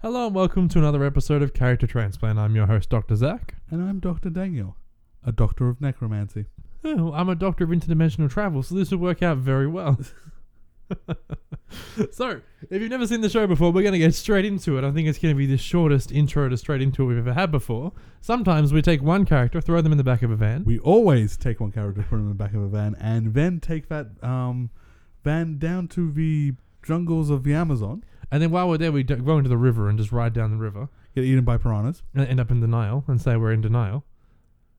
Hello and welcome to another episode of Character Transplant. I'm your host, Dr. Zach. And I'm Dr. Daniel, a doctor of necromancy. Oh, I'm a doctor of interdimensional travel, so this will work out very well. so, if you've never seen the show before, we're going to get straight into it. I think it's going to be the shortest intro to straight into it we've ever had before. Sometimes we take one character, throw them in the back of a van. We always take one character, put him in the back of a van, and then take that um, van down to the jungles of the Amazon, And then while we're there, we d- go into the river and just ride down the river get eaten by piranhas. and end up in denial and say we're in denial.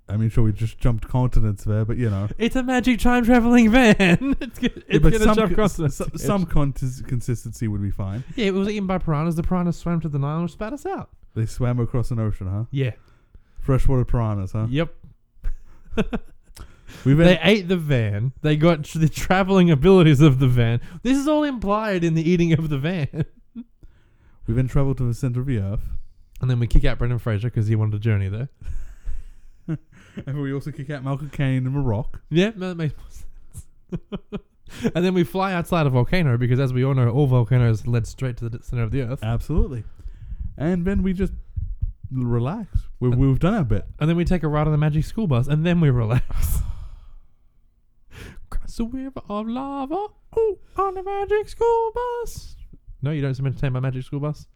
I mean, sure, we just jumped continents there, but you know. It's a magic time traveling van. it's g- Yeah, it's going but to some, jump co- across the s- s- some contis- consistency would be fine. Yeah, it was eaten by piranhas. The piranhas swam to the Nile and spat us out. They swam across an ocean, huh? Yeah. Freshwater piranhas, huh? Yep. We They then, ate the van. They got tr- the traveling abilities of the van. This is all implied in the eating of the van. we then traveled to the center of the earth, And then we kick out Brendan Fraser because he wanted a journey there. and we also kick out Malcolm Caine in a rock. Yeah, no, that makes more sense. and then we fly outside a volcano because, as we all know, all volcanoes lead straight to the d- center of the earth. Absolutely. And then we just relax. We, we've done our bit. And then we take a ride on the magic school bus and then we relax. Cross the river of lava. Ooh, on the magic school bus. No, you don't seem entertained by magic school bus.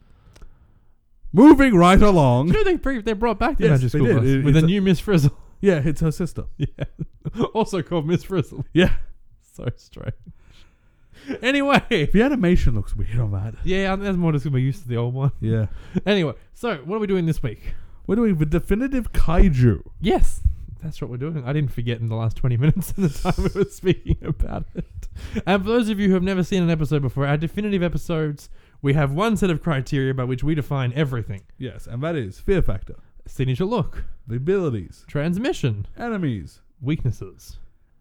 Moving right along. No, they bring, they brought back the Yes, magic they school did. bus It- with a it's a- new Miss Frizzle. Yeah, it's her sister. Yeah. also called Miss Frizzle. Yeah. So strange. Anyway. The animation looks weird on that. Yeah, I'm- that's more just gonna be used to the old one. Yeah. Anyway, so what are we doing this week? We're doing the definitive kaiju. Yes, that's what we're doing. I didn't forget in the last 20 minutes of the time we were speaking about it. And for those of you who have never seen an episode before, our definitive episodes, we have one set of criteria by which we define everything Yes, and that is fear factor, signature look, the abilities, transmission, enemies, weaknesses,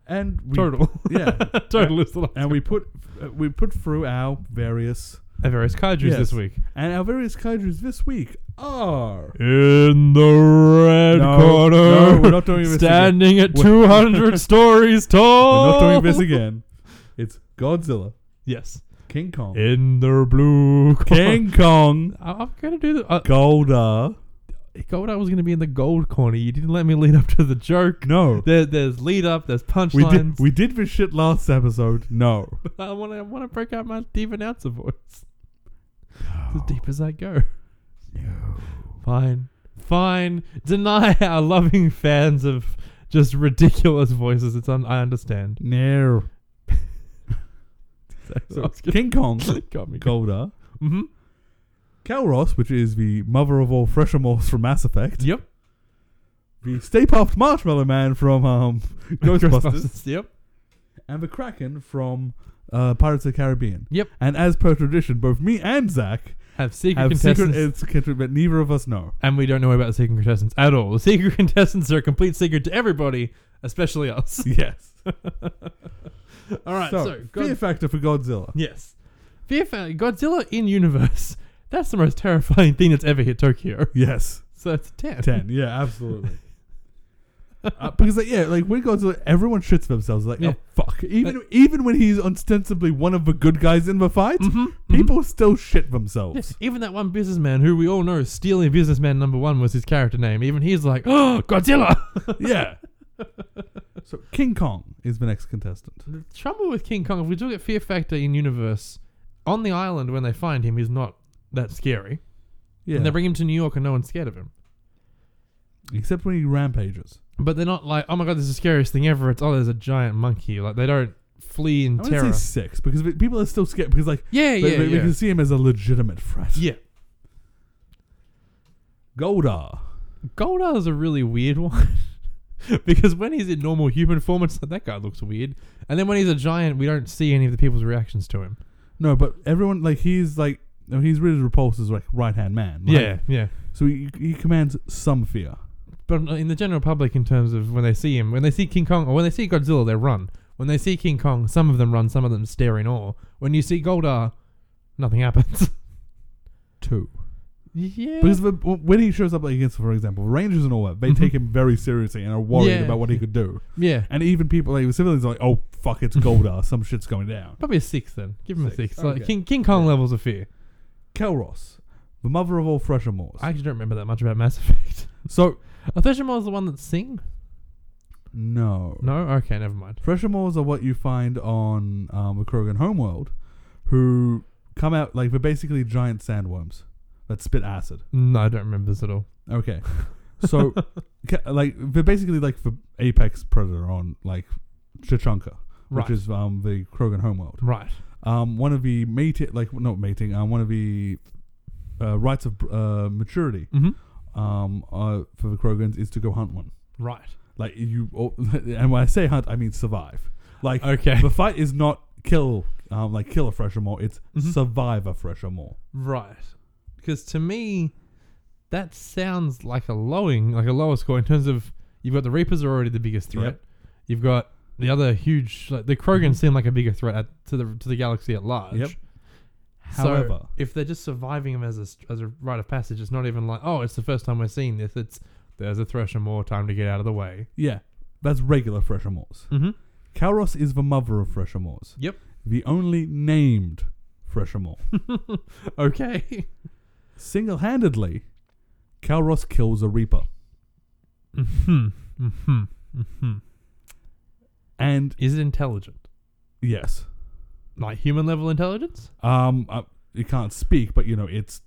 and we, total. Yeah. total is the last and we put uh, we put through our various and various kaijus Yes. this week. and our various kaijus this week are In the red No, corner, no, we're not doing this standing at We're- 200 stories We're tall. not doing this again. It's Godzilla, Yes. King Kong, In the blue corner. King Kong, I- I'm going to do the. Uh, Golda. gold, I was going to be in the gold corner. You didn't let me lead up to the joke. No, There, there's lead up, there's we did punchlines. we did this shit last episode. No, I want to want to break out my deep announcer voice. It's as deep as I go. Fine. Fine. Deny our loving fans of just ridiculous voices. It's un- I understand. no. Exactly. So, what I was gonna- King Kong, Got me. Golda, Mm-hmm. Kalros, which is the mother of all Freshemorphs from Mass Effect, Yep. the Stay Puft Marshmallow Man from um, Ghostbusters, Yep. and the Kraken from uh, Pirates of the Caribbean. Yep. And as per tradition, both me and Zach Have secret have secret contestants. etiquette that neither of us know. and we don't know about the secret contestants at all. The secret contestants are a complete secret to everybody, especially us. Yes. all right. So, so, God- fear factor for Godzilla. yes. Fear Fa- Godzilla in universe. That's the most terrifying thing that's ever hit Tokyo. Yes. So it's 10. Ten. Yeah, absolutely. Uh, because like yeah, like when Godzilla, everyone shits themselves. Like Yeah. oh fuck, even even when he's ostensibly one of the good guys in the fight, Mhm, people still shit themselves. Yes, even that one businessman who we all know, Steely Businessman Number One was his character name. Even he's like, oh, Godzilla. yeah. So King Kong is the next contestant. the trouble with King Kong, if we do get Fear Factor in universe, on the island when they find him, he's not that scary. Yeah. And they bring him to New York, and no one's scared of him. Except when he rampages. But they're not like, oh my god, this is the scariest thing ever. It's oh, there's a giant monkey. Like they don't flee in I terror. would say six because the- people are still scared because like yeah, they, yeah, they- they yeah. can see him as a legitimate threat. yeah. Goldar. Goldar is a really weird one because when he's in normal human form, it's like that guy looks weird. And then when he's a giant, we don't see any of the people's reactions to him. No, but everyone like he's like no, he's really repulsed as like right hand man. right? Yeah, yeah. So he, he commands some fear. But in the general public, in terms of when they see him, when they see King Kong or when they see Godzilla, they run. When they see King Kong, some of them run, some of them stare in awe. When you see Goldar, nothing happens. Two. yeah. Because the, when he shows up like against, for example, Rangers and all that, they Mhm. take him very seriously and are worried Yeah. about what he could do. yeah. And even people like civilians are like, oh fuck, it's Goldar, some shit's going down. Probably a six then. Give him a Six, six. Like okay. King King Kong Yeah. levels of fear. Kelros, the mother of all Threshermores. I actually don't remember that much about Mass Effect. so Oh, Threshermore's the one that sing? no, No? Okay, never mind. Threshermores are what you find on um, the Krogan homeworld, who come out like they're basically giant sandworms that spit acid. No, I don't remember this at all. Okay, so ca- like they're basically like the apex predator on like Chachunka, Right. which is um, the Krogan homeworld. right. um, one of the mating, like not mating, um, one of the uh, rights of uh, maturity Mm-hmm. um, uh, for the Krogans is to go hunt one. Right. Like you, or- and when I say hunt, I mean survive. Like Okay. the fight is not kill, um, like kill a fresher more. It's Mhm. survive a fresher more. Right. Because to me, that sounds like a lowing, like a lower score in terms of you've got the Reapers are already the biggest threat. Yep. You've got the other huge, like the Krogans Mhm. seem like a bigger threat at, to the to the galaxy at large. Yep. So, However- if they're just surviving them as a st- as a rite of passage, it's not even like oh, it's the first time we're seeing this. It's there's a thresher more time to get out of the way. Yeah, that's regular fresher mores. Mm-hmm. Kalros is the mother of fresher mores. Yep. The only named fresher more. Okay. Single handedly, Kalros kills a Reaper. hmm hmm hmm And Is it intelligent? yes, Like human level intelligence? Um, uh, it can't speak, but you know it's.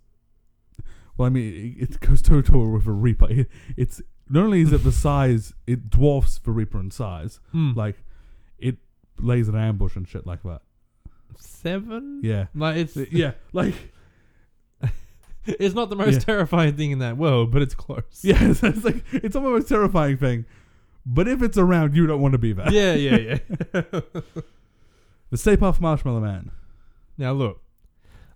Well, I mean, it, it goes toe to toe with a Reaper. It, it's not only is it the size, it dwarfs the Reaper in size. Hmm. Mm. Like, it lays an ambush and shit like that. seven? Yeah, Like it's yeah, like it's not the most Yeah. terrifying thing in that world, but it's close. yeah, it's, it's like it's almost the most terrifying thing. But if it's around, you don't want to be there. yeah, yeah, yeah. The Stay Puft Marshmallow Man. now look,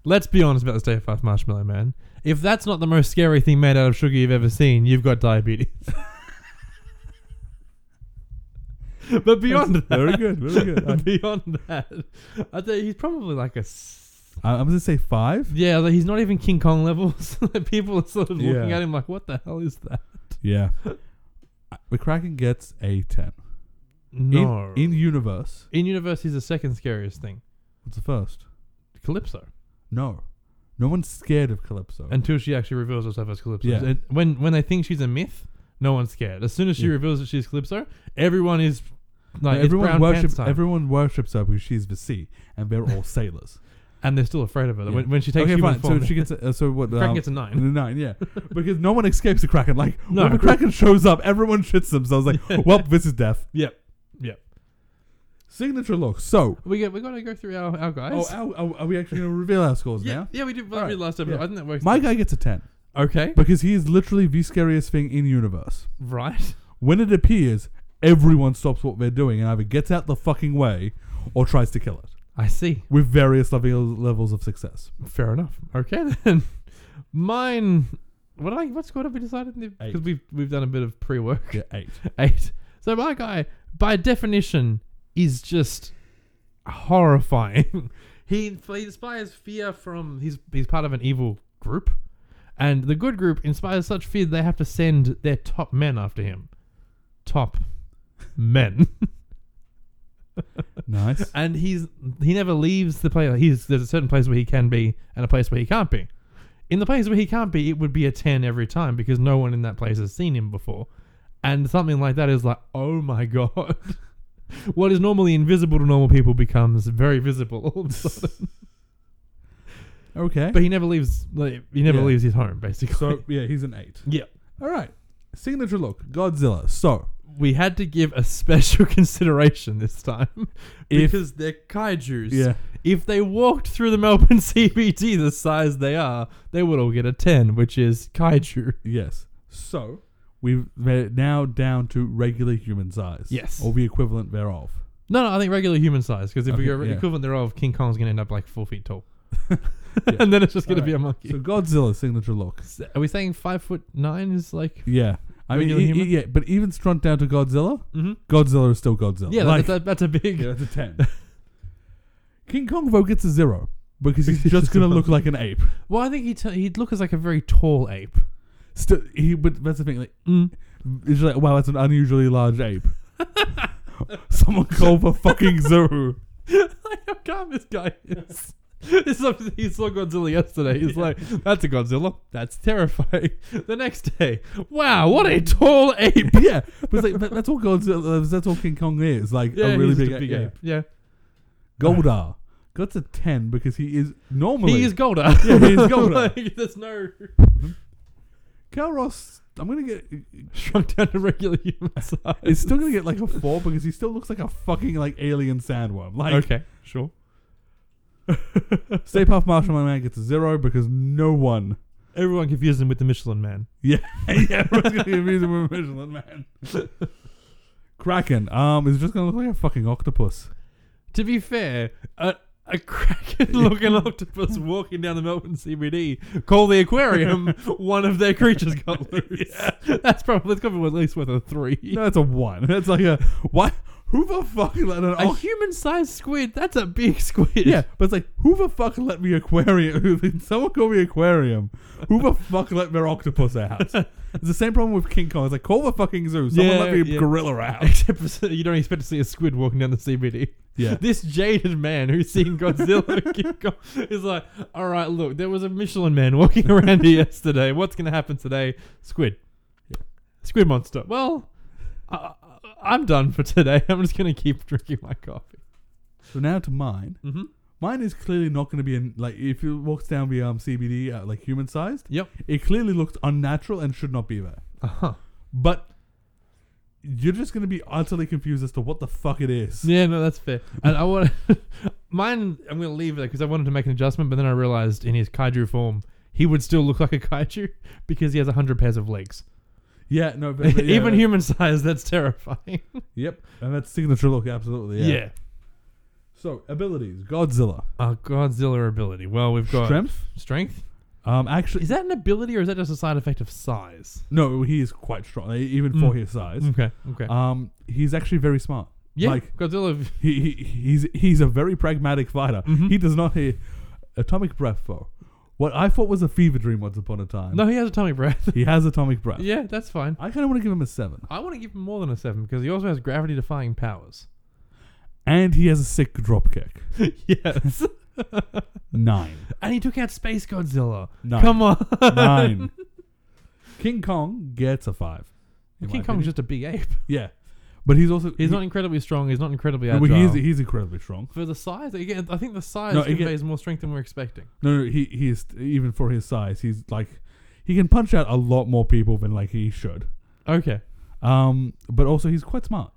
let's be honest about the Stay Puft Marshmallow Man. If that's not the most scary thing made out of sugar you've ever seen, you've got diabetes. but beyond that, very good, very good. I, beyond that, I tell you, he's probably like a. s- I- I'm gonna say five. Yeah, like he's not even King Kong levels. Like, People are sort of looking Yeah. at him like, "What the hell is that?" Yeah, Uh, the Kraken gets a ten. No, In, in universe, in universe, he's the second scariest thing. what's the first? Calypso No. No one's scared of Calypso. until she actually reveals herself as Calypso. Yeah. And when when they think she's a myth, no one's scared. As soon as she Yeah. reveals that she's Calypso, everyone is like it's everyone brown pants worships time, everyone worships her because she's the sea and they're all sailors. and they're still afraid of her. When, Yeah. when she takes okay, human fine. form, So she gets a, uh, so what Kraken um, gets a nine. the nine, yeah. because no one escapes the Kraken. Like No. when the Kraken shows up, everyone shits themselves like, Well, this is death. Yep. Yep. Signature look. So We get we got to go through our, our guys. Oh are, are- are we actually gonna reveal our scores yeah, now? yeah, we did All we did right. last time. Yeah. I think that works. My guy gets a ten. okay, Because he is literally the scariest thing in universe. right. When it appears, everyone stops what they're doing and either gets out the fucking way or tries to kill it. I see. with various level, levels of success. Fair enough. Okay then. Mine. What did I what score have we decided? Because Eight. we've we've done a bit of pre work. Yeah, eight. eight. So my guy, by definition, is just horrifying. he, he inspires fear from he's he's part of an evil group, and the good group inspires such fear they have to send their top men after him. Top men, Nice. and he's he never leaves the place. He's there's a certain place where he can be and a place where he can't be. In the place where he can't be, it would be a ten every time because no one in that place has seen him before. And something like that is like, oh my god. what is normally invisible to normal people becomes very visible all of a sudden. okay. But he never leaves like, he never Yeah. leaves his home, basically. so yeah, he's an eight. yeah. All right. Signature look, Godzilla. So We had to give a special consideration this time. If- Because they're kaijus. yeah, If they walked through the Melbourne CBD the size they are, they would all get a 10, which is kaiju. yes. So we've they're now down to regular human size. Yes. or the equivalent thereof. No, no, I think regular human size. Because if we Okay, go re- yeah. equivalent thereof, King Kong's going to end up like four feet tall. and then it's just going to be a Alright, monkey. So Godzilla signature look. S- Are we saying five foot nine is like? Yeah, I mean, Regular e- e- human? yeah, but even strunt down to Godzilla, Mm-hmm. Godzilla is still Godzilla. Yeah, Oh, like, that, that, that's a big. yeah, that's a ten. King Kong though gets a zero because he's just gonna look like an ape. Well, I think he t- he'd look as like a very tall ape. Still, he but that's the thing. Like Mm. It's like, wow, that's an unusually large ape. Someone call for fucking zoo. How calm this guy is. This is- he saw Godzilla yesterday. He's like, "That's a Godzilla. That's terrifying." The next day, wow, what a tall ape! yeah, but it's like, that- that's all Godzilla. That's all King Kong is. Like Yeah, a really he's big, just a big yeah. ape. Yeah, Goldar. Got a ten because he is normally he is Golda. Yeah, he is Golda. Like, there's no Kalros. I'm gonna get. shrunk down to regular human size. It's still gonna get like a four because he still looks like a fucking like alien sandworm. Like okay, sure. Stay Puft Marshall Man gets a zero because no one. Everyone confused him with the Michelin Man. yeah, everyone's gonna confuse him with Michelin Man. Kraken. Um, is just gonna look like a fucking octopus. To be fair, a, a kraken-looking octopus walking down the Melbourne CBD, call the aquarium. one of their creatures got loose. That's probably that's probably at least worth a three. No, that's a one. That's like a what? Who the fuck let an A oct- human-sized squid. That's a big squid. oh. Yeah, but it's like who the fuck let me aquarium? Someone call me aquarium. Who the fuck let their octopus out? It's the same problem with King Kong. It's like call the fucking zoo. Someone Yeah, let me yeah. gorilla out. Except for, you don't expect to see a squid walking down the CBD. Yeah. This jaded man who's seen Godzilla and King Kong is like, all right, look, there was a Michelin man walking around here yesterday. What's going to happen today? Squid. Squid monster. Well, I, I- I'm done for today. I'm just going to keep drinking my coffee. So now to mine. Mm-hmm. Mine is clearly not going to be in, like if it walks down the um, CBD uh, like human sized. Yep. It clearly looks unnatural and should not be there. Uh-huh. But you're just going to be utterly confused as to what the fuck it is. Yeah, no, that's fair. And I want mine. I'm going to leave it because I wanted to make an adjustment, but then I realized in his kaiju form, he would still look like a kaiju because he has hundred pairs of legs. Yeah, no, but, but yeah, Even that- human size, that's terrifying. Yep, and that's signature look absolutely. Yeah. yeah. So abilities: Godzilla, Our Oh, Godzilla ability. Well, we've got strength. strength. Um, actually, Is that an ability or is that just a side effect of size? no, he is quite strong, eh, even for Mm. his size. Okay. Okay. Um, he's actually very smart. yeah. like- Godzilla. He, he he's he's a very pragmatic fighter. Mhm. He does not hear atomic breath though. What I thought was a fever dream once upon a time. No, he has atomic breath. He has atomic breath. yeah, that's fine. I kind of want to give him a seven, I want to give him more than a seven because he also has gravity defying powers. and he has a sick drop kick. yes. Nine. and he took out Space Godzilla. Nine. Come on. Nine. King Kong gets a five. in King my Kong's opinion. just a big ape. yeah, but he's also He's he- not incredibly strong. He's not incredibly No, agile. but he's he's incredibly strong. For the size, again, I think the size No, again- conveys more strength than we're expecting. No, no, he he is even for his size. He's like he can punch out a lot more people than like he should. Okay. Um, but also he's quite smart.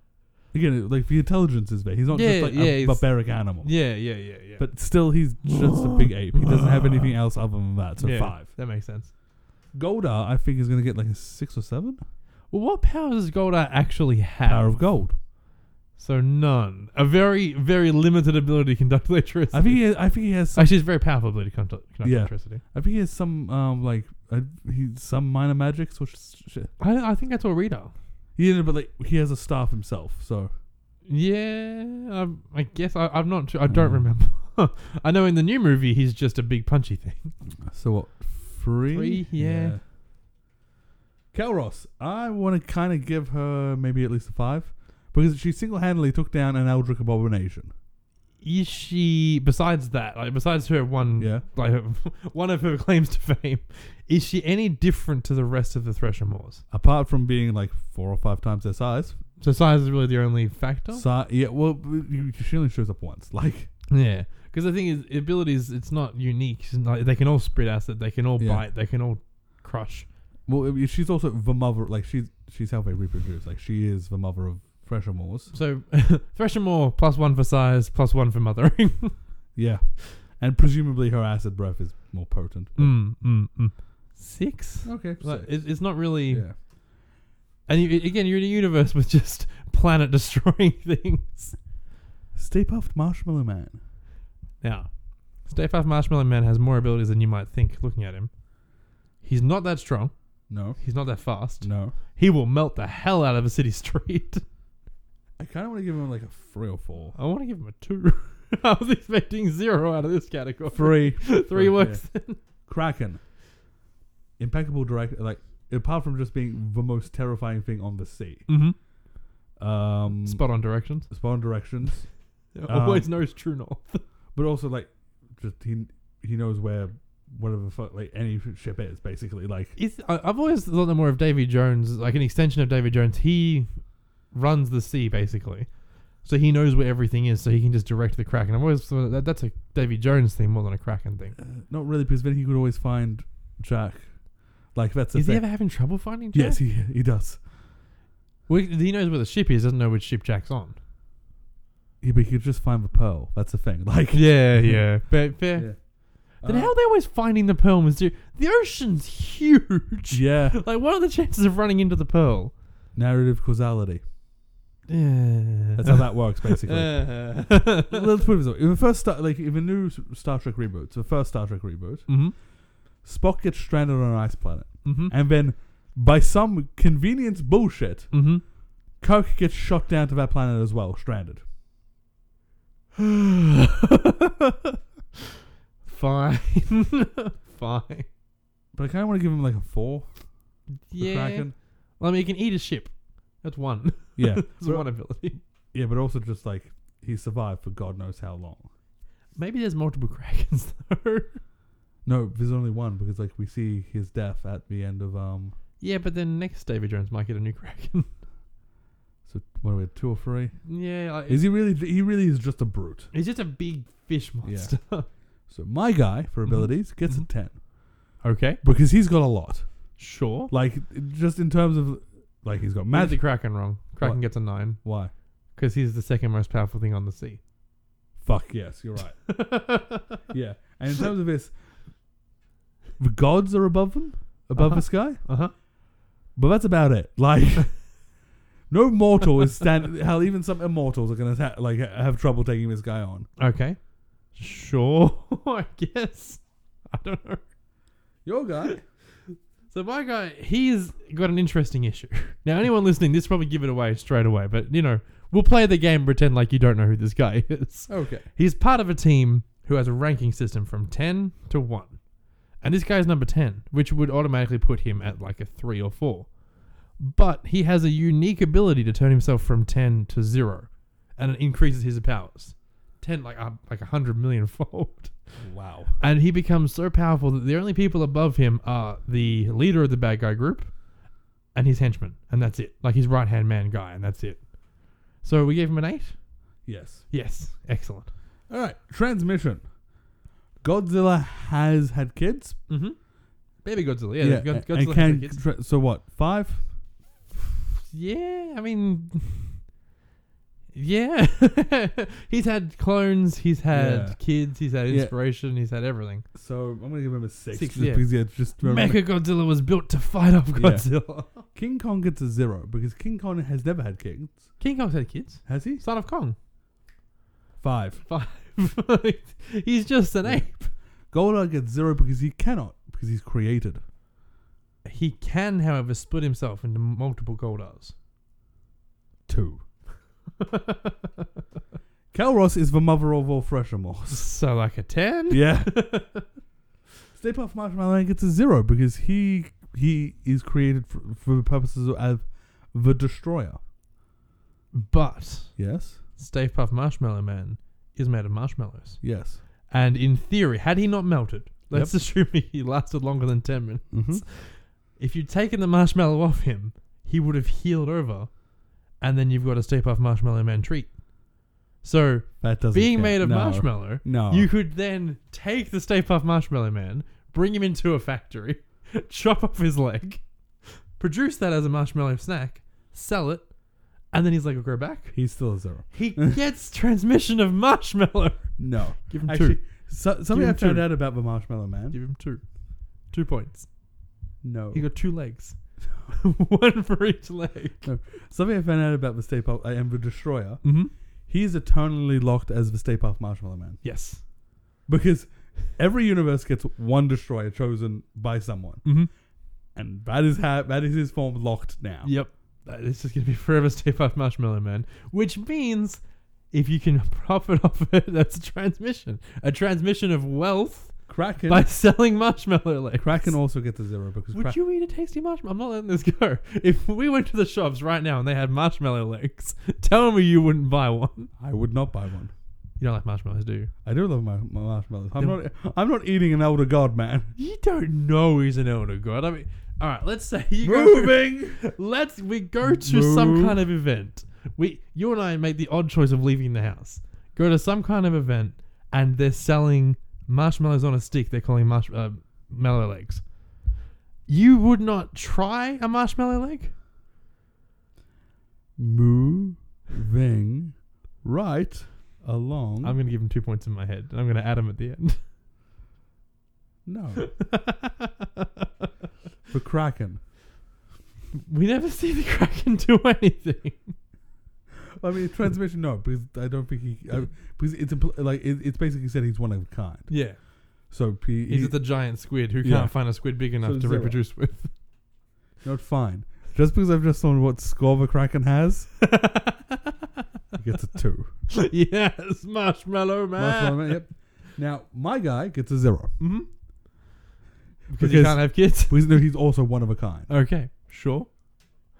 Again, like the intelligence is there. He's not Yeah, just like yeah, a he's- barbaric animal. Yeah, yeah, yeah, yeah. But still, he's just a big ape. He doesn't have anything else other than that. So Yeah, five. That makes sense. Goldar, I think, is going to get like a six or seven. Well, what powers does Goldar actually have? Power of gold. So none. A very, very limited ability to conduct electricity. I think. He has, I think he has. Some, Actually, it's a very powerful ability to conduct, conduct Yeah. electricity. I think he has some. Um, like uh, he some minor magics or sh- shit. I, I think that's all Rita. Yeah, but like he has a staff himself. So Yeah, um, I guess I, I'm not. Sure. I don't Hmm. remember. I know in the new movie he's just a big punchy thing. So what? Three. Three, yeah. Kelros, I want to kind of give her maybe at least a five because she single-handedly took down an Eldritch abomination. Is she? Besides that, like besides her one, Yeah. like her, one of her claims to fame, is she any different to the rest of the Thresher Moors? Apart from being like four or five times their size, So size is really the only factor. si- yeah. Well, b- you- she only shows up once. Like, Yeah, because the thing is, abilities it's not unique. It's not- they can all spit acid. They can all Yeah. bite. They can all crush. well, I mean, she's also the mother. Like, she's she's how they reproduce. Like, she is the mother of fresher moors. So Thresher Moor plus one for size, plus one for mothering. Yeah, and presumably her acid breath is more potent. mm, mm, mm. Six. Okay. Like, so- it, it's not really. yeah. And you, again, you're in a universe with just planet destroying things. Stay puffed, marshmallow man. Now, Stay Puft Marshmallow Man has more abilities than you might think. Looking at him, he's not that strong. No. He's not that fast. No. He will melt the hell out of a city street. I kind of want to give him like a three or four. I want to give him a two. I was expecting zero out of this category. Three. Three Yeah. works. Kraken. Impeccable direct. Like, apart from just being the most terrifying thing on the sea. Mm-hmm. Um, Spot on directions. Um, spot on directions. Always knows true north. But also, like, just he he knows where whatever fuck like any ship is basically like Is, I, I've always thought no more of Davy Jones, like an extension of Davy Jones. He runs the sea basically, so he knows where everything is, so he can just direct the Kraken. I've always thought that that's a Davy Jones thing more than a Kraken thing. uh, not really because then he could always find Jack. Like that's the is thing. he ever having trouble finding Jack? Yes, he he does. Well, he knows where the ship is, doesn't know which ship Jack's on. He but he could just find the pearl. That's the thing. Like Yeah, yeah. Fair, fair. Then Uh, how are they always finding the pearl mysterious? The ocean's huge. Yeah. Like, what are the chances of running into the pearl? Narrative causality. Yeah. That's how that works basically. mm-hmm. Let's put it this way. In the first Star, like in the new S- Star Trek reboot, so the first Star Trek reboot, Spock gets stranded on an ice planet, Mm-hmm. and then by some convenience bullshit, Mm-hmm. Kirk gets shot down to that planet as well, stranded. Mm-hmm. Fine. Fine. But I kind of want to give him like a four. the Yeah. Kraken. Well, I mean, you can eat a ship. That's one. Yeah. That's one ability. yeah, but also just like he survived for God knows how long. Maybe there's multiple Krakens, though. No, there's only one because like we see his death at the end of um. Yeah, but then next David Jones might get a new Kraken. So what are we at, two or three? yeah, like, Is he really? He really is just a brute. It's just a big fish monster. So my guy for Mhm. abilities gets a Mhm. ten okay, because he's got a lot. sure. Like just in terms of like he's got Mad the magic. Kraken wrong. Kraken What? gets a nine Why? because he's the second most powerful thing on the sea. Fuck yes, you're right. yeah, and in terms of this, the gods are above them, above Uh-huh. the sky. Uh huh. But that's about it. Like, no mortal is stand. Hell, even some immortals are gonna ha- like ha- have trouble taking this guy on. Okay. Sure. I guess. I don't know. Your guy. So my guy, he's got an interesting issue. Now, anyone listening, this probably give it away straight away, but you know, we'll play the game, pretend like you don't know who this guy is. Okay. He's part of a team who has a ranking system from 10 to 1. And this guy's number 10, which would automatically put him at like a 3 or 4. But he has a unique ability to turn himself from 10 to 0, and it increases his powers. 10 like a like 100 million fold. Wow. And he becomes so powerful that the only people above him are the leader of the bad guy group and his henchmen, and that's it. Like his right-hand man guy, and that's it. So we gave him an 8? Yes. Yes. Excellent. All right. Transmission. Godzilla has had kids. Mm-hmm. Baby Godzilla, yeah. yeah and- Godzilla and has can kids. tra- so what? Five. yeah, I mean, yeah. he's had clones, he's had Yeah. kids, he's had Yeah. inspiration, he's had everything. So I'm gonna give him a six. Six, just yeah. Because yeah, just Mecha Godzilla was built to fight off Godzilla. King Kong gets a zero because King Kong has never had kids. King Kong's had kids. Has he? Son of Kong. Five. Five. he's just an Yeah. ape. Goldar gets zero because he cannot because he's created. He can, however, split himself into multiple Goldars. Two. Kelros is the mother of all fresh remorse. so like a ten. Yeah. Stay Puft Marshmallow Man gets a zero because he he is created for, for the purposes of, of the destroyer. But Yes. Stave Puff Marshmallow Man is made of marshmallows, Yes. and in theory, had he not melted, Yep. let's assume he lasted longer than ten minutes. Mm-hmm. If you'd taken the marshmallow off him, he would have healed over, and then you've got a Stave Puff Marshmallow Man treat. So That doesn't being count. made of No. marshmallow, No. You could then take the Stay Puft Marshmallow Man, bring him into a factory, chop off his leg, produce that as a marshmallow snack, sell it, and then his leg will grow back. He's still a zero. He gets transmission of marshmallow. No. Give him Actually, two. so, something him I found two. out about the Marshmallow Man. Give him two. Two points. No. He got two legs. One for each leg. Something I found out about the Stay Puft uh, and the Destroyer. Mm-hmm. He is eternally locked as the Stay Puft Marshmallow Man Yes. because every universe gets one Destroyer chosen by someone, Mm-hmm. and that is how that is his form locked now. Yep. Uh, This is going to be forever Stay Puft Marshmallow Man, which means if you can profit off it, that's a transmission. A transmission of wealth Kraken. by selling marshmallow legs. Kraken also gets a zero because Would Kra- you eat a tasty marshmallow? I'm not letting this go. If we went to the shops right now and they had marshmallow legs, tell me you wouldn't buy one. I would not buy one. You don't like marshmallows, do you? I do love my, my marshmallows. I'm Then- not. I'm not eating an elder god, man. You don't know he's an elder god. I mean, all right. Let's say you go. Moving. Let's we go to some Move. kind of event. We you and I make the odd choice of leaving the house. Go to some kind of event and they're selling marshmallows on a stick. They're calling marsh uh, mellow legs. You would not try a marshmallow leg. Moving. Right along. I'm gonna give him two points in my head, and I'm gonna add him at the end. no. For Kraken. we never see the Kraken do anything. I mean, transmission. No, because I don't think he. I, because it's impl- like it, it's basically said he's one of a kind. Yeah, So he, he's the giant squid who can't Yeah. find a squid big enough So to zero. reproduce with. not fine. Just because I've just learned what score the Kraken has, he gets a two. yes, Marshmallow Man. Marshmallow Man, yep. Now my guy gets a zero hmm Because you Because- can't have kids. because no, he's also one of a kind. Okay, sure.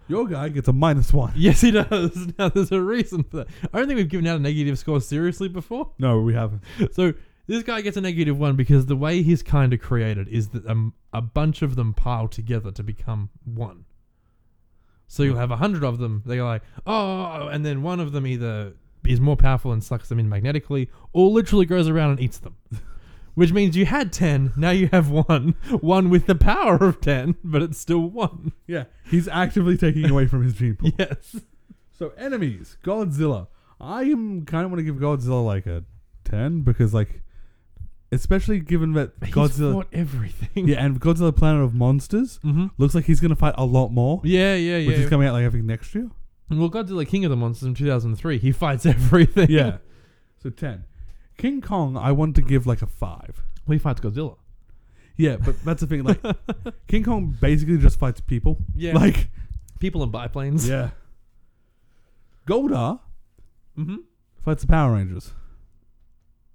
Your guy gets a minus one. Yes, he does. Now there's a reason for that. I don't think we've given out a negative score seriously before. No, we haven't. So this guy gets a negative one because the way he's kind of created is that um, a bunch of them pile together to become one. So you'll have a hundred of them. They're like, oh, and then one of them either is more powerful and sucks them in magnetically, or literally goes around and eats them. Which means you had ten, now you have one. One with the power of ten, but it's still one. Yeah, he's actively taking away from his people. Yes. So enemies, Godzilla. I am kind of want to give Godzilla like a ten because like, especially given that He's Godzilla. fought everything. Yeah, and Godzilla Planet of Monsters Mm-hmm. looks like he's gonna fight a lot more, Yeah, yeah, yeah. which is coming out like I think next year. well, Godzilla King of the Monsters in 2003, he fights everything. Yeah. so ten. King Kong, I want to give like a five. We fight Godzilla. Yeah, but that's the thing. Like, King Kong basically just fights people. Yeah. Like, People in biplanes. yeah. Goldar Mm-hmm. fights the Power Rangers.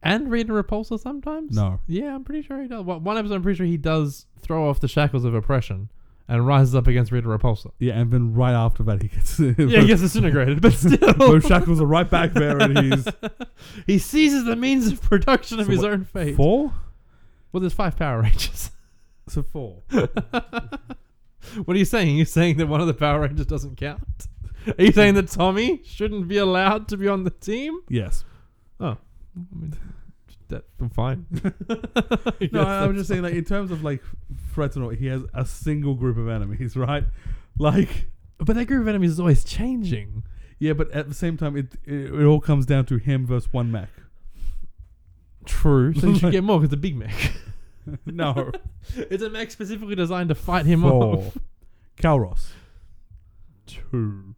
And Rita Repulsa sometimes? No. Yeah, I'm pretty sure he does. Well, one episode, I'm pretty sure he does throw off the shackles of oppression and rises up against Rita Repulsa. Yeah, and then right after that, he gets. Yeah, he gets disintegrated, but still. Those shackles are right back there, and he's he seizes the means of production of So his what- own fate. four. Well, there's five Power Rangers. So four. What are you saying? You're saying that one of the Power Rangers doesn't count? Are you saying that Tommy shouldn't be allowed to be on the team? Yes. I mean, that, I'm fine. No, I, I'm just saying, like in terms of like threats and all, he has a single group of enemies, right? Like, But that group of enemies is always changing. yeah, but at the same time, it it, it all comes down to him versus one mech. True. So you should get more because the big mech. No, It's a mech specifically designed to fight him off. four. Calros, Two.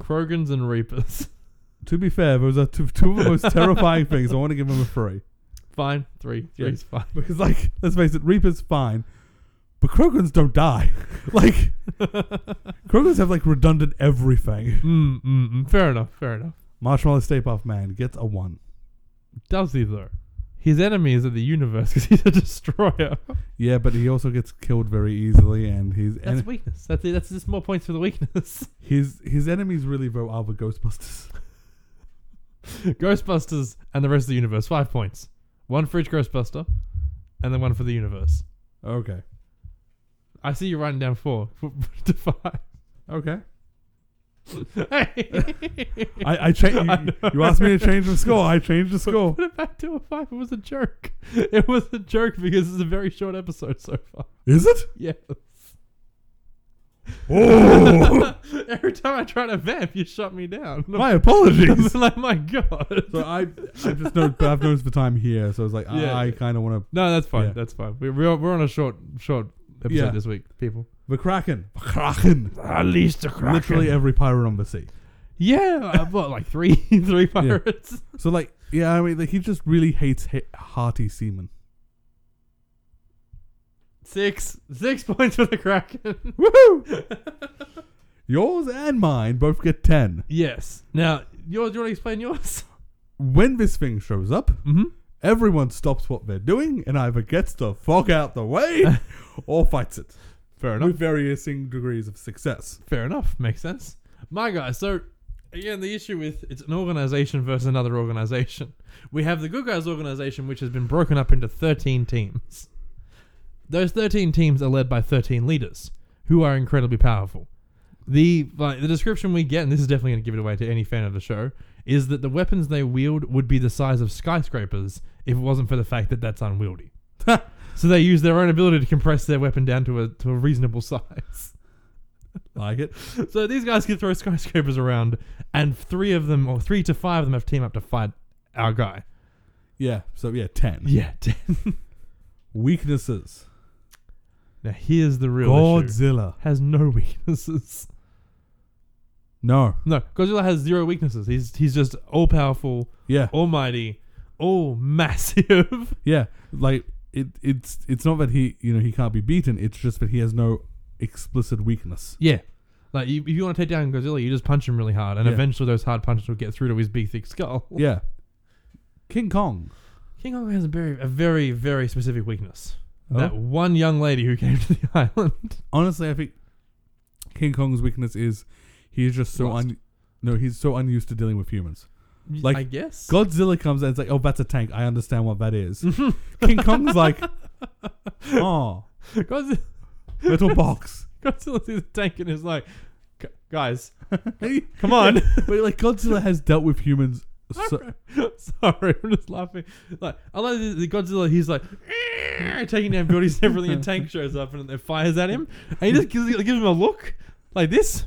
Krogans and Reapers. To be fair, those are two, two of the most terrifying things. I want to give him a three Fine. Three. Three's fine. because, like, let's face it, Reaper's fine, but Krogans don't die. Like, Krogans have like redundant everything. Mm, mm, mm. Fair enough. Fair enough. Marshmallow Stay Puft Man gets a one. Does he though? His enemy is in the universe because he's a destroyer. Yeah, but he also gets killed very easily, and his That's en- weakness. That's that's just more points for the weakness. his his enemies really though are the Ghostbusters. Ghostbusters and the rest of the universe. Five points. One for each Ghostbuster, and then one for the universe. Okay, I see you writing down four to five. okay. Hey. I I changed. You, you asked me to change the score. I changed the score. Put it back to a five. It was a joke. It was a joke because it's a very short episode so far. Is it? Yeah. Oh, Every time I try to vamp, you shut me down. my apologies. I'm like, my god. So I, I just know, but I've noticed the time here, so I was like, Yeah. I kind of want to. no, that's fine. Yeah. That's fine. We, we're we're on a short short episode Yeah. this week, people. The Kraken, the Kraken, At least a literally every pirate on the sea. Yeah, uh, what like three three pirates? So like, yeah, I mean, like, he just really hates he- hearty seamen. Six six points for the Kraken. Yours and mine both get ten. yes. Now yours. Do you want to explain yours? When this thing shows up, Mm-hmm. everyone stops what they're doing and either gets the fuck out the way or fights it. Fair enough. With varying degrees of success. Fair enough. Makes sense. My guy. So Again, the issue with it's an organization versus another organization. We have the Good Guys organization, which has been broken up into 13 teams. Those 13 teams are led by 13 leaders who are incredibly powerful. The like, the description we get, and this is definitely going to give it away to any fan of the show, is that the weapons they wield would be the size of skyscrapers if it wasn't for the fact that that's unwieldy. so they use their own ability to compress their weapon down to a to a reasonable size. Like it. So these guys can throw skyscrapers around, and three of them, or three to five of them, have to team up to fight our guy. Yeah. So yeah, ten Yeah. weaknesses. Now here's the real issue. Godzilla. Has no weaknesses. No. No, Godzilla has zero weaknesses. He's he's just all powerful, Yeah. almighty, all massive. Yeah, like it, it's it's not that he you know he can't be beaten. It's just that he has no explicit weakness. yeah. Like you, if you want to take down Godzilla, you just punch him really hard, and Yeah. eventually those hard punches will get through to his big thick skull. Yeah, King Kong. King Kong has a very a very very specific weakness. Oh. That one young lady who came to the island. Honestly, I think King Kong's weakness is he is just so Lost. un. No, he's so unused to dealing with humans. Like, I guess. Godzilla comes and it's like, oh, that's a tank. I understand what that is. King Kong's like, oh, Godzilla, little box. Godzilla sees a tank and is like, "Gu- guys, but come on. like Godzilla has dealt with humans. So, Sorry, I'm just laughing. Like, I like the, the Godzilla, he's like, "Argh," taking down buildings and everything, and tank shows up and it fires at him. And he just gives, gives him a look like this.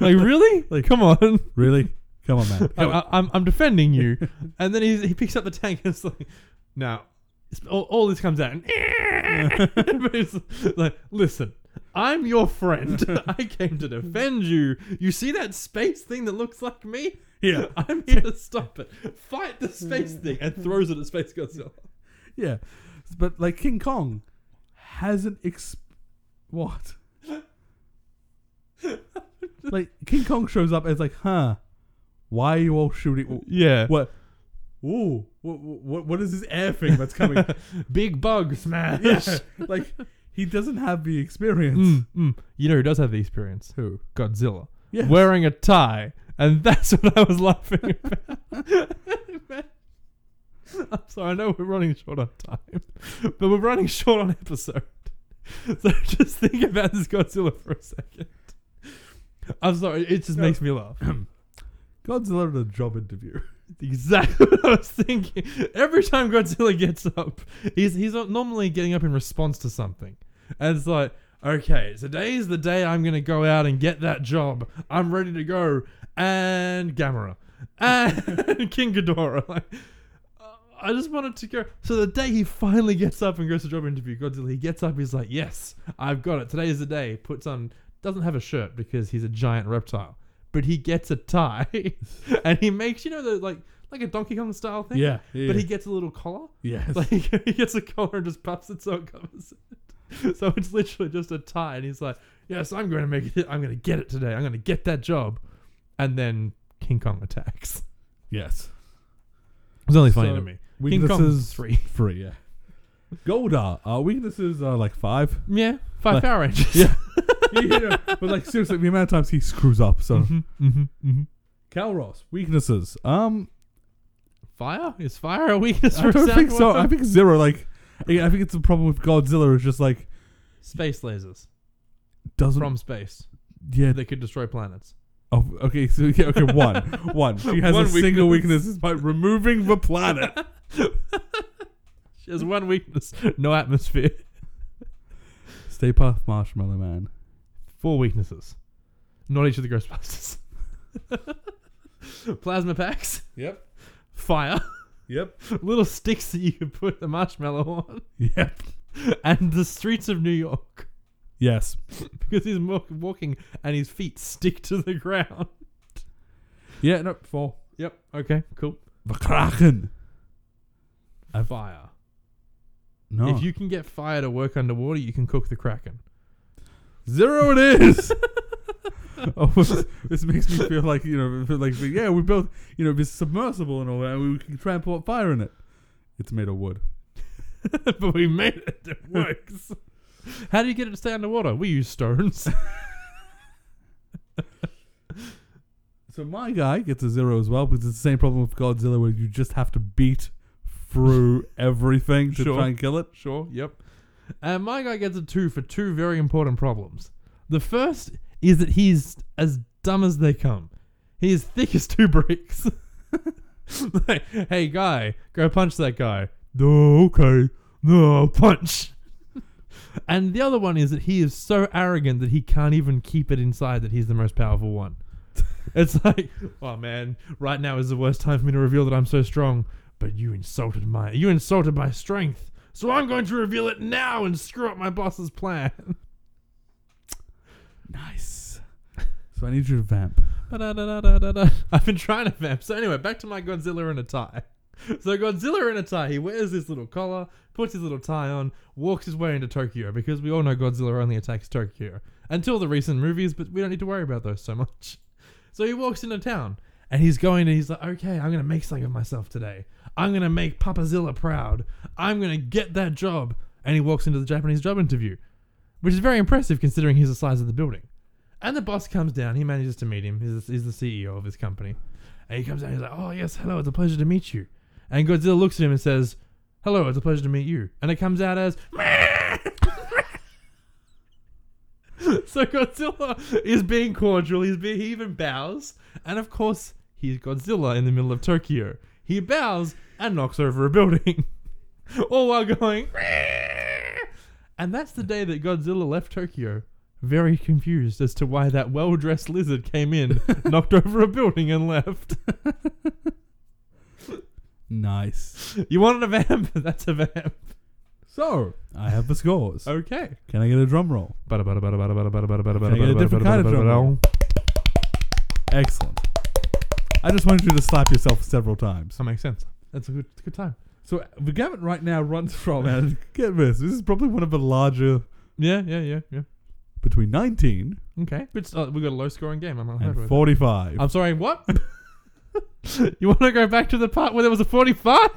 Like, really? Like, come on. really, come on, man. I, I, I'm, I'm defending you. And then he, he picks up the tank and it's like, now, it's- all, all this comes out. And But it's like, listen, I'm your friend. I came to defend you. You see that space thing that looks like me? Yeah. I'm here to stop it. Fight the space thing and throws it at Space Godzilla. Yeah, but like King Kong hasn't ex. What? like King Kong shows up and it's like, huh? Why are you all shooting? Yeah. What? Ooh, what? What? What is this air thing that's coming? Big bug smash. yeah, like he doesn't have the experience. Mm, mm. You know who does have the experience? Who? Godzilla Yes. wearing a tie, and that's what I was laughing about. I'm sorry, I know we're running short on time, but we're running short on episode. So just think about this Godzilla for a second. I'm sorry, it just makes me laugh. Godzilla at a job interview. Exactly what I was thinking. Every time Godzilla gets up, he's he's not normally getting up in response to something, and it's like, okay, today is the day I'm gonna go out and get that job. I'm ready to go. And Gamera, and King Ghidorah. Like, uh, I just wanted to go. So the day he finally gets up and goes to job interview, Godzilla, he gets up. He's like, yes, I've got it. Today is the day. Puts on doesn't have a shirt because he's a giant reptile but he gets a tie and he makes you know the like like a Donkey Kong style thing. Yeah, yeah, But he yeah. gets a little collar. Yes. Like he gets a collar and just puffs it so it covers it. So it's literally just a tie and he's like, Yes, I'm gonna make it I'm gonna get it today. I'm gonna get that job. And then King Kong attacks. yes. It's only funny funny So, to to me. me. King Kong Weaknesses three. Three. Yeah. Goldar. Uh, weaknesses are like five. Yeah. Five Like- Power Rangers. Yeah. you know, but like seriously, the amount of times he screws up. So Mhm, mhm, mhm. Calros weaknesses. Um, Fire? Is fire a weakness I for don't think so. Soundwave? I think zero. Like, I I think it's the problem with Godzilla is just like Space lasers. doesn't. From space. yeah. They could destroy planets. oh, okay. So yeah, okay. One. one. She has One a single weakness is by removing the planet. She has one weakness: no atmosphere. Stay puff, Marshmallow Man. Four weaknesses. Not each of the Ghostbusters. Plasma packs, Yep. fire, Yep. little sticks that you could put the marshmallow on, Yep. and the streets of New York Yes. because he's mo- walking and his feet stick to the ground. Yeah. No. Four. Yep. Okay. Cool. The Kraken. I've- Oh. Fire. No. If you can get fire to work underwater, you can cook the kraken. Zero it is. oh, this, this makes me feel like you know, feel like yeah, we built you know this submersible and all that, and we can try and put fire in it. It's made of wood. but we made it. It works. How do you get it to stay underwater? We use stones. So my guy gets a zero as well because it's the same problem with Godzilla where you just have to beat through everything to Sure. try and kill it. Sure, yep. And my guy gets a two for two very important problems. The first is that he's as dumb as they come. He is thick as two bricks. like, hey guy, go punch that guy. No, okay. No, punch. and the other one is that he is so arrogant that he can't even keep it inside that he's the most powerful one. It's like, oh man, right now is the worst time for me to reveal that I'm so strong. But you insulted my you insulted my strength. So I'm going to reveal it now and screw up my boss's plan. Nice. So I need you to vamp. Ba-da-da-da-da-da. I've been trying to vamp. So anyway, back to my Godzilla in a tie. So Godzilla in a tie, he wears this little collar, puts his little tie on, walks his way into Tokyo because we all know Godzilla only attacks Tokyo until the recent movies, but we don't need to worry about those so much. So he walks into town and he's going and he's like, okay, I'm going to make something of myself today. I'm going to make Papazilla proud. I'm going to get that job. And he walks into the Japanese job interview, which is very impressive considering he's the size of the building. And the boss comes down. He manages to meet him. He's, he's the CEO of his company. And he comes down. He's like, oh, yes, hello. It's a pleasure to meet you. And Godzilla looks at him and says, hello, it's a pleasure to meet you. And it comes out as, so Godzilla is being cordial. He's being, he even bows, and of course he's Godzilla in the middle of Tokyo. He bows and knocks over a building, all while going. "Meow." And that's the day that Godzilla left Tokyo, very confused as to why that well-dressed lizard came in, knocked over a building, and left. Nice. You wanted a vamp? That's a vamp. So I have the scores. Okay. Can I get a drum roll? Bada bada bada bada bada bada bada bada Can I get a bada different bada kind of bada drum bada roll? Excellent. I just wanted you to slap yourself several times. That makes sense. That's a good, good time. So the gamut right now runs from and get this. This is probably one of the larger Yeah, yeah, yeah, yeah. between 19 Okay. But still, we got a low scoring game. I'm unhappy and with 45. that. I'm sorry, what? you want to go back to the part where there was a 45?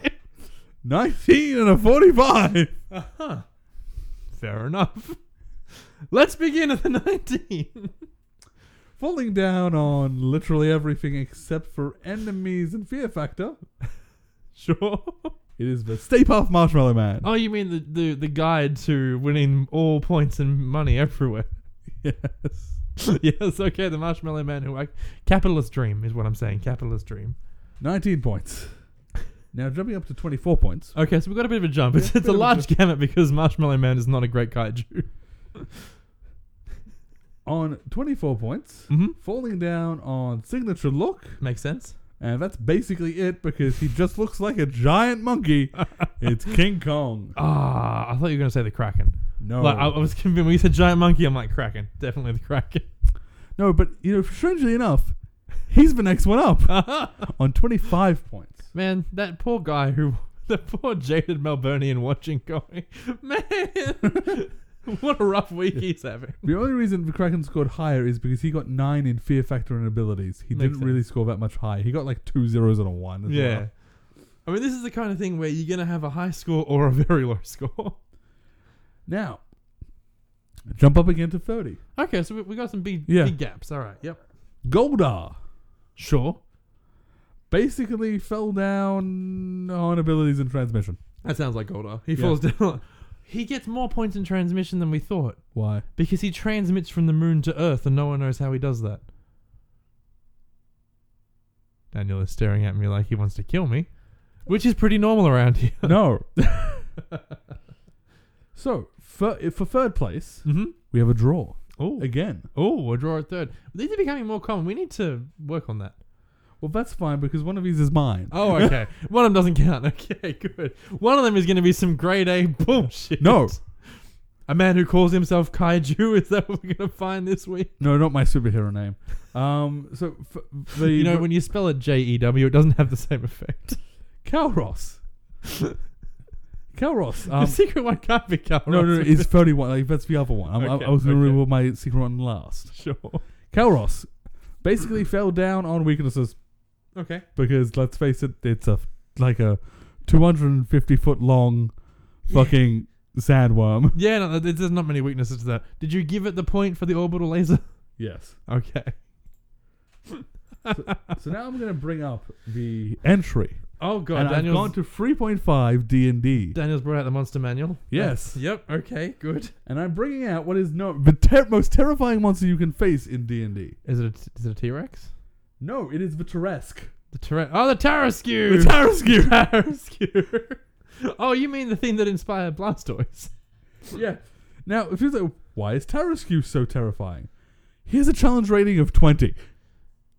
19 and a 45. Uh huh. Fair enough. Let's begin at the 19. Falling down on literally everything except for enemies and fear factor. sure. It is the Stay Puft Marshmallow Man. Oh, you mean the, the, the guide to winning all points and money everywhere? Yes. yes, okay, the marshmallow man who I. Capitalist dream is what I'm saying. Capitalist dream. 19 points. Now jumping up to 24 points. Okay, so we've got a bit of a jump. It's, Yeah, it's a bit of a large gamut because Marshmallow Man is not a great kaiju. On 24 points. Mm-hmm. Falling down on Signature Look. Makes sense. And that's basically it because he just looks like a giant monkey. it's King Kong. Ah, I thought you were going to say the Kraken. No. Like I, I was convinced when you said giant monkey, I'm like Kraken, definitely the Kraken. no, but you know, strangely enough, he's the next one up on 25 points. Man, that poor guy who, the poor jaded Melburnian watching going, man, what a rough week he's having. The only reason the Kraken scored higher is because he got nine in fear factor and abilities. He Makes didn't really score that much higher. He got like two zeros and a one. As Yeah, well. I mean, this is the kind of thing where you're gonna have a high score or a very low score. Now, jump up again to 30. Okay, so we, we got some big, Yeah. big gaps. All right, yep, Goldar sure. basically fell down on abilities and transmission. That sounds like Goldar. He Yeah. falls down. He gets more points in transmission than we thought Why? because he transmits from the moon to Earth, and no one knows how he does that. Daniel is staring at me like he wants to kill me, which is pretty normal around here. no. so, for, for third place, Mm-hmm. we have a draw Oh, again. oh, a draw at third. These are becoming more common. We need to work on that. Well, that's fine because one of these is mine. Oh, okay. One of them doesn't count. Okay, good. One of them is going to be some grade A bullshit. No. A man who calls himself Kaiju. Is that what we're going to find this week? No, not my superhero name. Um, so f- the You know, when you spell it J E W, it doesn't have the same effect. Calros, Calros. Um, the secret one can't be Calros. no, no, it's thirty-one. Like that's the other one. I'm, Okay, I, I was going to okay. remove my secret one last. sure. Calros basically fell down on weaknesses Okay. because let's face it, it's a like a two hundred and fifty foot long fucking sandworm. Yeah, no, there- there's not many weaknesses to that. Did you give it the point for the orbital laser? Yes. Okay. So now I'm going to bring up the entry. oh god, and I've Daniel's, gone to 3.5 D&D. Daniel's brought out the monster manual. Yes. Yep. Okay. Good. and I'm bringing out what is no, the ter- most terrifying monster you can face in D&D. Is it a, is it a T Rex? No, it is the Teresque. The Tyrant. Oh, the Tarascue. The Teresque. Tarascue. oh, you mean the thing that inspired Blastoise? yeah. Now, if you like, why is Teresque so terrifying? Here's a challenge rating of 20.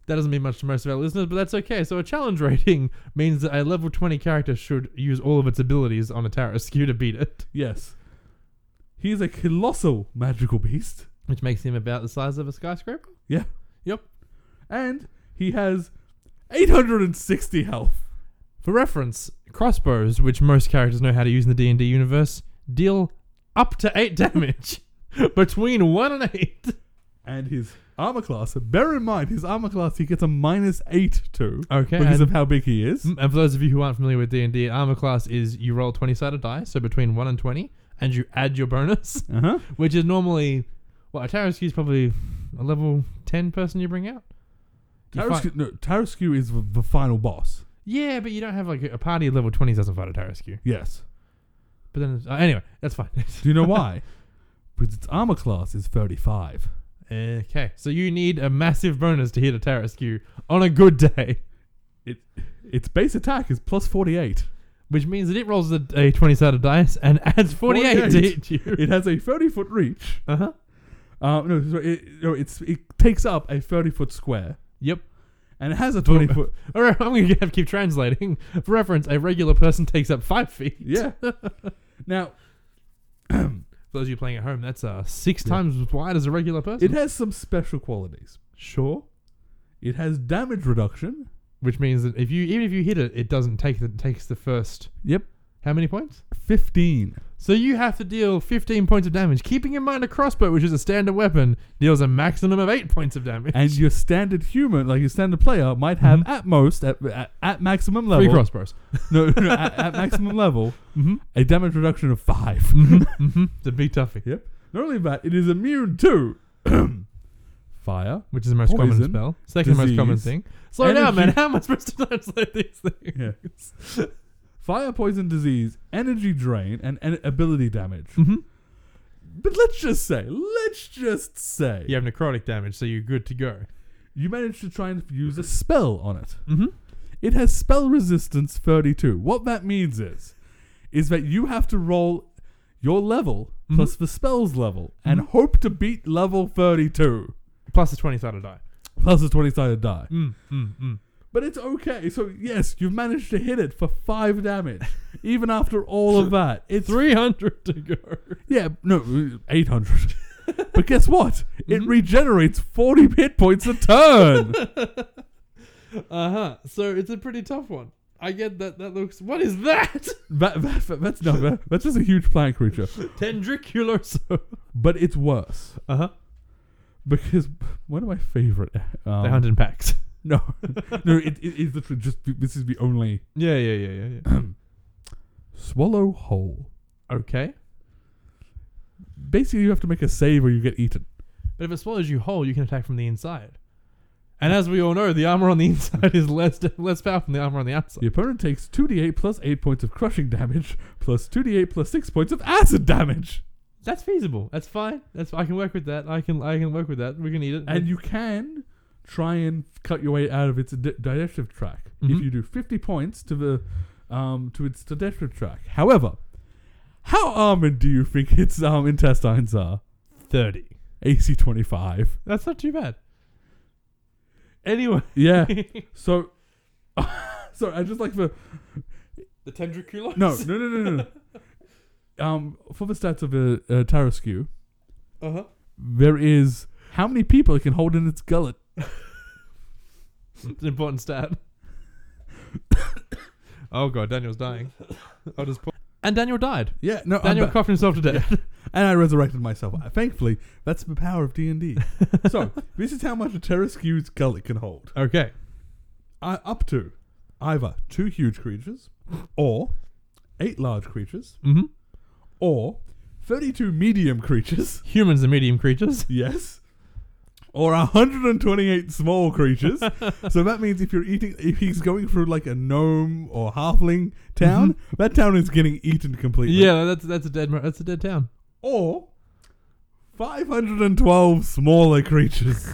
That doesn't mean much to most of our listeners, but that's okay. So a challenge rating means that a level 20 character should use all of its abilities on a Tarascue to beat it, Yes. He is a colossal magical beast. which makes him about the size of a skyscraper. Yeah. Yep. And he has 860 health. For reference, crossbows, which most characters know how to use in the D&D universe, deal up to 8 damage between 1 and 8. And his armor class, bear in mind, his armor class he gets a minus 8 to Okay. because and- of how big he is. Mm, And for those of you who aren't familiar with D and D, armor class is you roll twenty sided die, so between one and twenty, and you add your bonus, Uh huh. which is normally well, a Tarasque is probably a level ten person you bring out. You fight- Tarasque, no, Tarasque is the- the final boss. yeah, but you don't have like a party of level twenties doesn't fight a Tarasque. Yes. But then uh, anyway, that's fine. Do you know why? because its armor class is 35. okay, so you need a massive bonus to hit a Tarasque on a good day, Its base attack is plus 48. which means that it rolls a, a twenty sided dice and adds forty eight to 48. hit you. It has a 30 foot reach. Uh huh. Uh, no, sorry, it, no, it's it takes up a 30 foot square Yep. and it has a 20 Boom. foot. All right, I'm going to have to keep translating. For reference, a regular person takes up five feet. Yeah. now, For those of you playing at home, that's uh, six Yeah. times as wide as a regular it person. has some special qualities. sure. It has damage reduction. Which means that if you even if you hit it, it doesn't take the takes the first Yep. how many points? 15. So you have to deal 15 points of damage. Keeping in mind a crossbow, which is a standard weapon, deals a maximum of eight points of damage. And your standard human, like your standard player, might have Mhm. at most, at, at, at maximum three level. crossbows. No, no at, at maximum level, Mm-hmm. a damage reduction of 5. mm-hmm. It's a big toughie, Yep. Not only that, it is immune to fire. which is the most common Poison, spell. Second most common disease, thing. Slow down, energy- man. How am I supposed to translate these things? Yeah. fire, poison, disease, energy drain, and en- ability damage. Mm-hmm. But let's just say, let's just say, You have necrotic damage, so you're good to go. you managed to try and use a spell on it. Mm-hmm. It has spell resistance 32. What that means is, is that you have to roll your level plus the spell's level and hope to beat level 32 Plus a 20 sided die. plus a 20 sided die. Mm, mm, mm. But it's okay. So, yes, you've managed to hit it for five damage, even after all of that. It's 300 to go. Yeah, no, 800. but guess what? It Mhm. regenerates 40 hit points a turn. Uh huh. So it's a pretty tough one. I get that. That looks. What is that? that, that, that- that's not, that- that's just a huge plant creature. Tendriculoso. But it's worse Uh huh. because one of my favorite. Um, They hunt in packs. No, no, it, it is literally just this is the only Yeah, yeah, yeah, yeah, yeah. swallow whole. okay. Basically, you have to make a save or you get eaten. But if it swallows you whole, you can attack from the inside. And as we all know, the armor on the inside is less less powerful than the armor on the outside. The opponent takes 2d8 plus 8 points of crushing damage plus 2d8 plus 6 points of acid damage. That's feasible. That's fine. That's I can work with that. I can I can work with that. We can eat it. and you can try and cut your way out of its di- digestive tract Mhm. if you do 50 points to the um, to its digestive tract. However, how armored do you think its um, intestines are? thirty. AC 25. That's not too bad. Anyway, Yeah. the so, sorry, I just like the tendriculos. no no no no no. Um, for the stats of uh, a, a Tarasque, Uh huh. there is how many people it can hold in its gullet. It's an important stat. oh god, Daniel's dying. I'll just put- and Daniel died. Yeah, no, I'm Daniel ba- coughed himself to death. and I resurrected myself. Thankfully, that's the power of D and D. So this is how much a Terrascue's gullet can hold. Okay. Uh, up to either two huge creatures, or eight large creatures, Mm-hmm. or thirty-two medium creatures. Humans are medium creatures. Yes, or 128 small creatures. so that means if you're eating, if he's going through like a gnome or halfling town, that town is getting eaten completely. yeah, that's that's a dead mar- that's a dead town. Or 512 smaller creatures.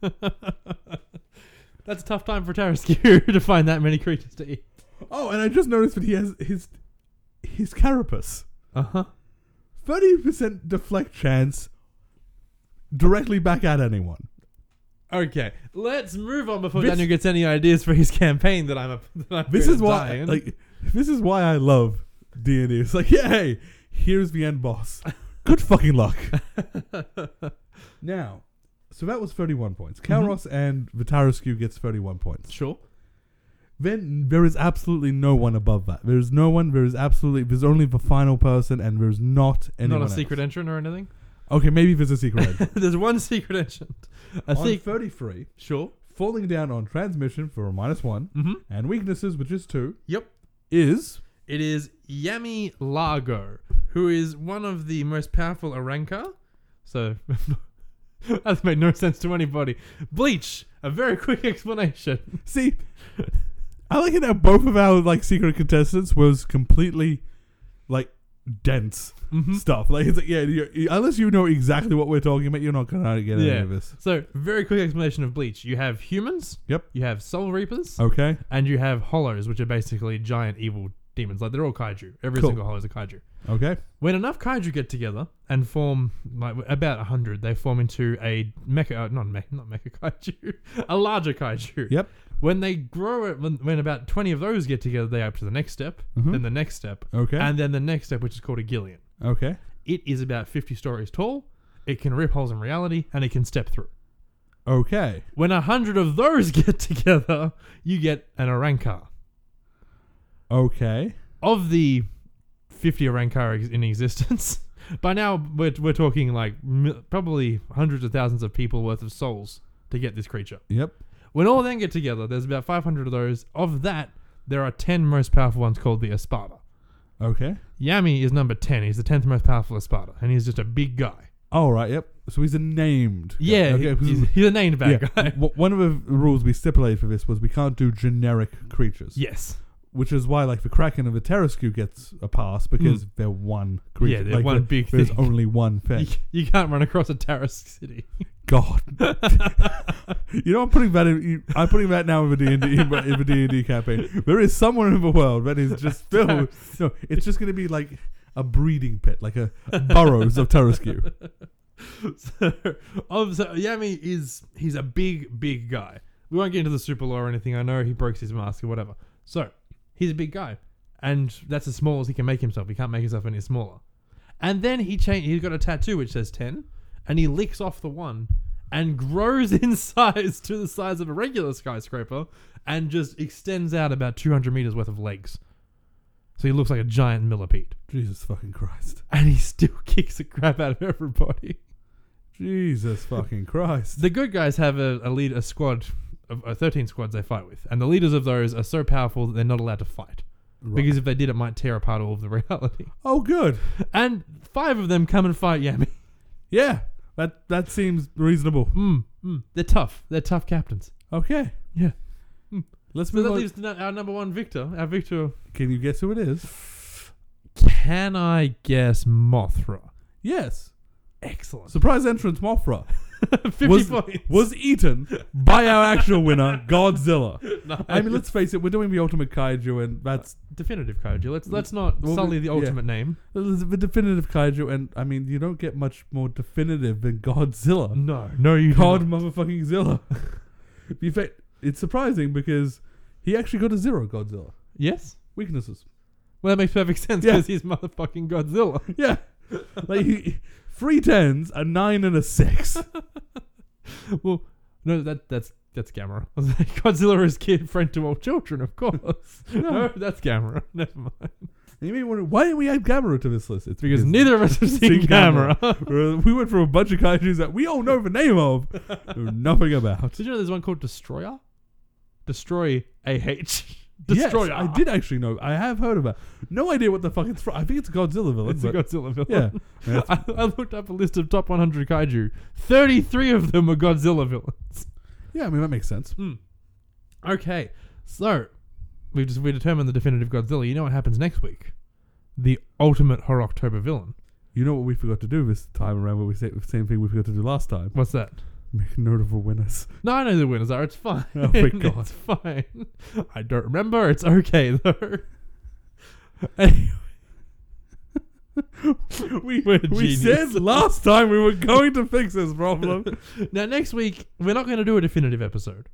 That's a tough time for Tarasque to find that many creatures to eat. oh, and I just noticed that he has his his carapace. Uh Uh-huh. huh. 30% deflect chance directly back at anyone. Okay, let's move on before This- Daniel gets any ideas for his campaign that I'm. A, that I'm This gonna is why, die in. like, this is why I love D and D. It's like, yeah, hey, here's the end boss. Good fucking luck. now, so that was thirty-one points. Kalros and Vitarascu gets thirty-one points. sure. Then there is absolutely no one above that. There is no one. There is absolutely. There's only the final person, and there's not anyone. Not a else. secret entrant or anything. Okay, maybe there's a secret. entrant. There's one secret entrant. I on think. thirty-three, Sure. falling down on transmission for a minus one, Mm-hmm. and weaknesses, which is two, Yep. is It is Yami Largo, who is one of the most powerful Aranka. So that's made no sense to anybody. Bleach. A very quick explanation. See, I like it how both of our like secret contestants was completely like dense Mhm. stuff. Like it's like yeah, you're, you- unless you know exactly what we're talking about, you're not gonna get any Yeah. of this. So very quick explanation of Bleach. You have humans. Yep. Oh. You have Soul Reapers, Okay. and you have Hollows, which are basically giant evil demons. Like they're all kaiju. Every Cool. single Hollow is a kaiju. Okay. When enough kaiju get together and form like about hundred, they form into a mecha, uh, not mecha, not mecha kaiju, a larger kaiju. Yep. When they grow it, when, when about twenty of those get together, they up to the next step, Mhm. then the next step, Okay. and then the next step, which is called a Gillian. okay. It is about fifty stories tall. It can rip holes in reality, and it can step through. Okay. When a hundred of those get together, you get an Arankar. Okay. of the 50 Arankar ex- in existence, by now we're, we're talking like m- probably hundreds of thousands of people worth of souls to get this creature. Yep. When all then get together, there's about 500 of those. Of that, there are 10 most powerful ones called the Espada. Okay. Yami is number 10. He's the 10th most powerful Espada, and he's just a big guy. All right. Yep. So he's a named. guy. Yeah, Okay. he- he's, because- he's a named bad yeah. guy. W- One of the rules we stipulated for this was we can't do generic creatures. yes. which is why like the Kraken and the Terrascu gets a pass because they're one creature. Hmm. Yeah, they're like, one there- big There's thing. only one You, thing. you can't run across a Tarask city. God, you know I'm putting that in. you- I'm putting that now in the D and D in the D and D campaign. There is someone in the world that is just filled. No, it's just going to be like a breeding pit, like a burrows of Terrascu. so, of, so Yami is he's a big, big guy. We won't get into the super law or anything. I know he breaks his mask or whatever. So he's a big guy, and that's as small as he can make himself. He can't make himself any smaller. And then he changed. He's got a tattoo which says ten, and he licks off the one, and grows in size to the size of a regular skyscraper, and just extends out about two hundred meters worth of legs. So he looks like a giant millipede, Jesus fucking Christ. and he still kicks the crap out of everybody. Jesus fucking Christ. The good guys have a, a lead, a squad, of uh, thirteen squads they fight with, and the leaders of those are so powerful that they're not allowed to fight Right. because if they did, it might tear apart all of the reality. oh, good. And five of them come and fight Yami. Yeah, that that seems reasonable. Mm, mm. They're tough. They're tough captains. Okay. Hmm. Yeah. Let's So move that on. leaves the, our number one Victor. Our Victor. Can you guess who it is? Can I guess Mothra? Yes. Excellent. Surprise entrance Mothra Fifty was, points. was eaten by our actual winner, Godzilla. No. I mean, let's face it, we're doing the ultimate kaiju, and that's definitive Kaiju. Let's let's not Well, we- sully the yeah. ultimate name. this is the definitive kaiju. And I mean, you don't get much more definitive than Godzilla. No, no, you God, do not. motherfucking Zilla. In fact, it's surprising because he actually got a zero Godzilla Yes. weaknesses. Well, that makes perfect sense Yeah. because he's motherfucking Godzilla. Yeah, like he, three tens, a nine, and a six. Well, no, that that's that's Gamera. I was like, Godzilla is kid friend to all children, of course. no. that's Gamera. Never mind. And you may wonder why didn't we add Gamera to this list? It's Because neither of us have seen, Gamera. Gamera. we went from a bunch of kaijus that we all know the name of, know nothing about. Did you know there's one called Destroyer? Destroy A H. Destroyer. Yes, I did actually know. I have heard about. No idea what the fuck it's from. I think it's a Godzilla villain. It's a but- Godzilla villain. Yeah. Yeah, I, I looked up a list of top 100 kaiju. 33 of them are Godzilla villains. yeah, I mean that makes sense. Okay, so we just we determined the definitive Godzilla. You know what happens next week? The ultimate Horror October villain. You know what we forgot to do this time around? What we said, same thing we forgot to do last time. What's that? Make a note of the winners. No, I know who the winners are. It's fine. Oh my God. it's fine. I don't remember. It's okay though. Anyway. we were We said last time we were going to fix this problem. now next week we're not going to do a definitive episode.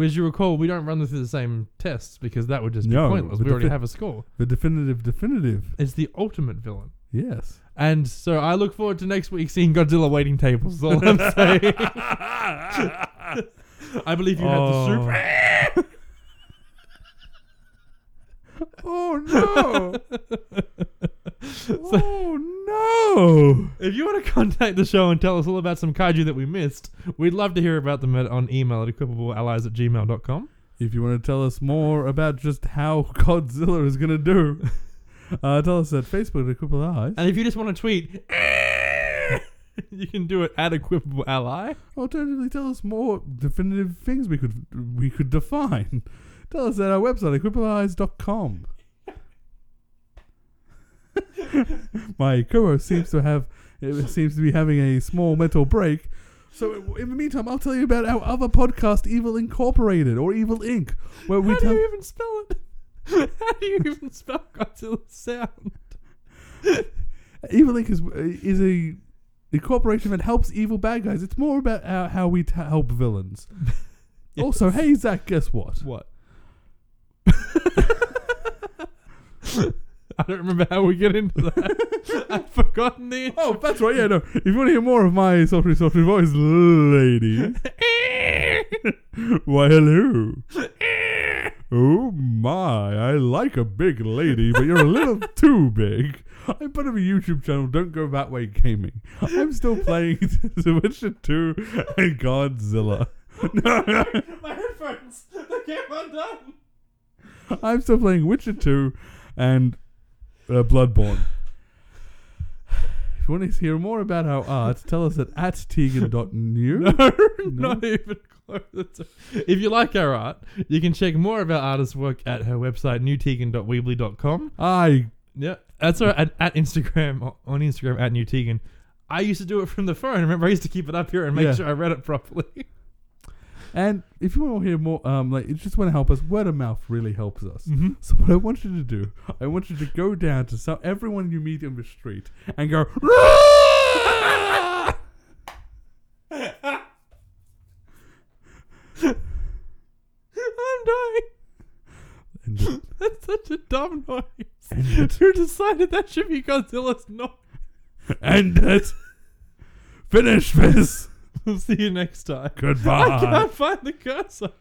As you recall, we don't run through the same tests because that would just be No, pointless. the We already defi- have a score. the definitive, definitive. It's the ultimate villain. Yes. And so I look forward to next week seeing Godzilla waiting tables. is all I'm saying. I believe you had the soup. oh no! oh If you want to contact the show and tell us all about some kaiju that we missed, we'd love to hear about them at, on email at equipableallies at gmail.com. no! If you want to tell us more about just how Godzilla is gonna do, uh, tell us at Facebook at Cripple Eyes. And if you just want to tweet, you can do it at equipable ally. Alternatively, tell us more definitive things we could we could define. Tell us at our website at crippleeyes.com. My co-host seems to have it seems to be having a small mental break. So in the meantime, I'll tell you about our other podcast, Evil Incorporated or Evil Inc., where we How do tell you even spell it? How do you even spell Godzilla sound? Evil Inc. is is a, a corporation that helps evil bad guys. It's more about how, how we t- help villains. Also, hey Zach, guess what? What? I don't remember how we get into that. I've forgotten the. Oh, that's right. Yeah, no. If you want to hear more of my sultry, sultry voice, lady, why hello. Oh my, I like a big lady, but you're a little too big. I'm part of a YouTube channel, Don't Go That Way Gaming. I'm still playing The Witcher 2 and Godzilla. My headphones! They came undone! I'm still playing Witcher 2 and uh, Bloodborne. If you want to hear more about our art, tell us at at tegan.new. No, not even close. If you like our art, you can check more of our artist's work at her website, newtegan.weebly.com. I Yeah, that's all right. At, at Instagram, on Instagram, at newtegan. I used to do it from the phone. Remember, I used to keep it up here and make Yeah. sure I read it properly. And if you want to hear more, um, like, you just want to help us, word of mouth really helps us. Mhm. So what I want you to do, I want you to go down to some, everyone you meet on the street and go. "Rah!" I'm dying. and just- That's such a dumb noise. Who decided that should be Godzilla's noise? end it. Finish this. We'll see you next time. I Goodbye. can't find the cursor.